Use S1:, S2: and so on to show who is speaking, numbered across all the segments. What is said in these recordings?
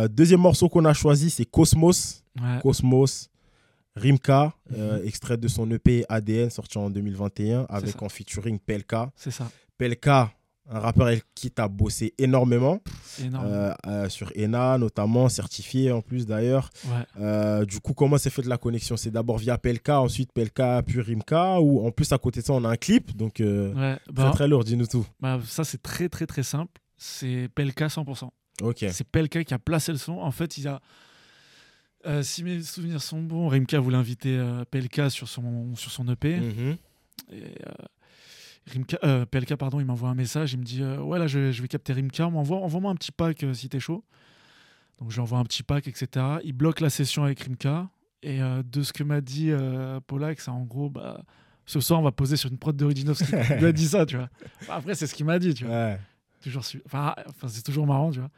S1: Euh, deuxième morceau qu'on a choisi, c'est Cosmos.
S2: Ouais.
S1: Cosmos, Rimka,
S2: Mhm.
S1: euh, extrait de son EP ADN sorti en 2021 avec
S2: ça.
S1: en featuring Pelka.
S2: C'est ça.
S1: Pelka, un rappeur avec qui t'as bossé énormément
S2: Énorme.
S1: euh, euh, sur ENA notamment, certifié en plus d'ailleurs.
S2: Ouais.
S1: Euh, du coup, comment s'est faite la connexion C'est d'abord via Pelka, ensuite Pelka puis Rimka ou en plus à côté de ça on a un clip donc euh,
S2: Ouais.
S1: très
S2: Bah,
S1: très lourd, dis-nous tout.
S2: bah, ça, c'est très, très, très simple. C'est Pelka 100%.
S1: Ok.
S2: C'est Pelka qui a placé le son. En fait, il a. euh, si mes souvenirs sont bons, Rimka voulait inviter euh, Pelka sur son, sur son E EP.
S1: Mhm.
S2: Et, euh, Rimka, euh, Pelka, pardon, il m'envoie un message. Il me dit euh, Ouais, là, je, je vais capter Rimka. M'envoie- Envoie-moi un petit pack euh, si t'es chaud. Donc, je lui envoie un petit pack, etc. Il bloque la session avec Rimka. Et euh, de ce que m'a dit euh, Polak, c'est en gros bah, Ce soir, on va poser sur une prod d'Originovski. il lui a dit ça, tu vois. Bah, Après, c'est ce qu'il m'a dit, tu vois.
S1: Ouais.
S2: Toujours su- Enfin, enfin, c'est toujours marrant, tu vois.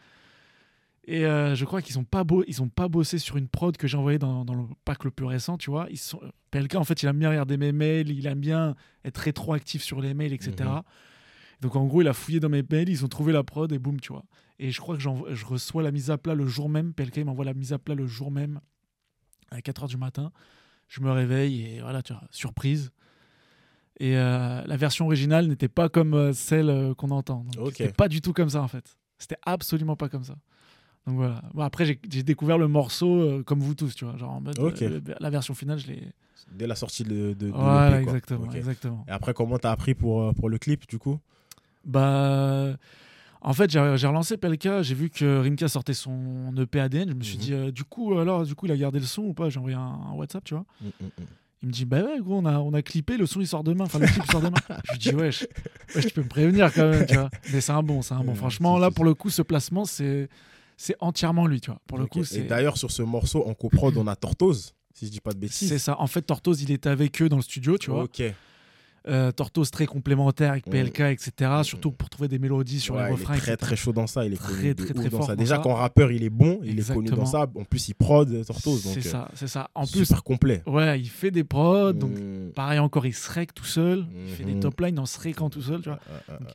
S2: Et euh, je crois qu'ils ont pas beau, ils ont pas bossé sur une prod que j'ai envoyée dans, dans le pack le plus récent, tu vois. Ils sont, PLK, en fait, il aime bien regarder mes mails, il aime bien être rétroactif sur les mails, etc.
S1: Mhm.
S2: Donc en gros, il a fouillé dans mes mails, ils ont trouvé la prod et boum, tu vois. Et je crois que j'envo- je reçois la mise à plat le jour même. PLK il m'envoie la mise à plat le jour même à 4h du matin. Je me réveille et voilà, tu vois, surprise. Et euh, la version originale n'était pas comme euh, celle euh, qu'on entend. Donc,
S1: Ok.
S2: C'était pas du tout comme ça en fait. C'était absolument pas comme ça. Donc voilà. Bon, après, j'ai j'ai découvert le morceau euh, comme vous tous, tu vois. Genre en mode,
S1: Ok.
S2: euh, le- la version finale, je l'ai.
S1: Dès la sortie de, de, de
S2: Voilà,
S1: l'EP, quoi.
S2: exactement.
S1: Ok.
S2: exactement.
S1: Et après, comment t'as appris pour, euh, pour le clip, du coup
S2: Bah. En fait, j'ai j'ai relancé Pelka, j'ai vu que Rimka sortait son E EP ADN. Je me suis
S1: Mhm.
S2: dit, euh, du coup, alors, du coup, il a gardé le son ou pas J'ai envoyé un, un WhatsApp, tu vois.
S1: Mm,
S2: Il me dit, bah ouais, gros, on a, on a clippé, le son il sort demain. Enfin, le clip il sort demain. je lui dis, wesh, wesh, tu peux me prévenir quand même, tu vois. Mais c'est un bon, c'est un bon.
S1: Ouais,
S2: Franchement,
S1: c'est-
S2: là,
S1: c'est-
S2: pour le coup, ce placement, c'est c'est entièrement lui, tu vois. Pour le
S1: Ok.
S2: coup,
S1: Et
S2: c'est.
S1: d'ailleurs, sur ce morceau, en coprod, on a Tortoise, si je dis pas de bêtises.
S2: C'est ça. En fait, Tortoise, il était avec eux dans le studio, tu vois.
S1: Ok.
S2: Euh, Tortoise très complémentaire avec
S1: Mhm.
S2: PLK, etc. Surtout pour trouver des mélodies sur
S1: Ouais,
S2: les refrains,
S1: il est très
S2: etc.
S1: très chaud dans ça, il est
S2: Très,
S1: connu de
S2: très,
S1: ouf
S2: très
S1: dans
S2: fort
S1: ça.
S2: dans
S1: Déjà
S2: ça.
S1: qu'en rappeur, il est bon, il est connu dans
S2: Exactement.
S1: ça. En plus, il prod euh, Tortoise, donc
S2: C'est
S1: euh,
S2: ça, c'est ça. En plus,
S1: super complet.
S2: ouais, il fait des prods, donc
S1: Mm.
S2: pareil encore, il se rec tout seul, il fait des
S1: Mhm.
S2: top lines en se recant tout seul, tu vois.
S1: Euh, euh, euh,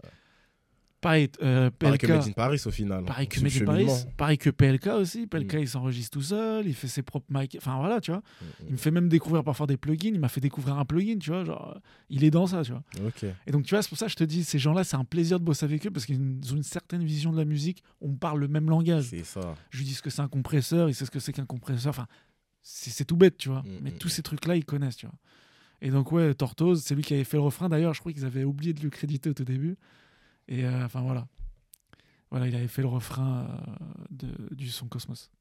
S2: Pareil, euh,
S1: pareil que
S2: PLK,
S1: Made in Paris au final.
S2: pareil que
S1: C'est le
S2: Made in Paris,
S1: cheminement. Mm.
S2: pareil que PLK aussi, PLK il s'enregistre tout seul, il fait ses propres mics, enfin voilà, tu vois. Il me fait même découvrir parfois des plugins, il m'a fait découvrir un plugin, tu vois, genre, euh, il est dans ça, tu vois.
S1: Ok.
S2: Et donc, tu vois, c'est pour ça que je te dis, ces gens-là, c'est un plaisir de bosser avec eux parce qu'ils ont une certaine vision de la musique, on parle le même langage.
S1: C'est ça.
S2: je lui dis ce que c'est un compresseur, il sait ce que c'est qu'un compresseur. Enfin, c'est c'est tout bête, tu vois.
S1: Mm,
S2: Mais
S1: mm,
S2: tous ces trucs-là, ils connaissent, tu vois. Et donc, ouais, Tortoise, c'est lui qui avait fait le refrain. D'ailleurs, je crois qu'ils avaient oublié de le créditer au tout début. Et euh, enfin, voilà. Voilà, il avait fait le refrain euh, de- du son Cosmos.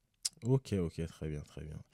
S1: Ok, ok, très bien, très bien.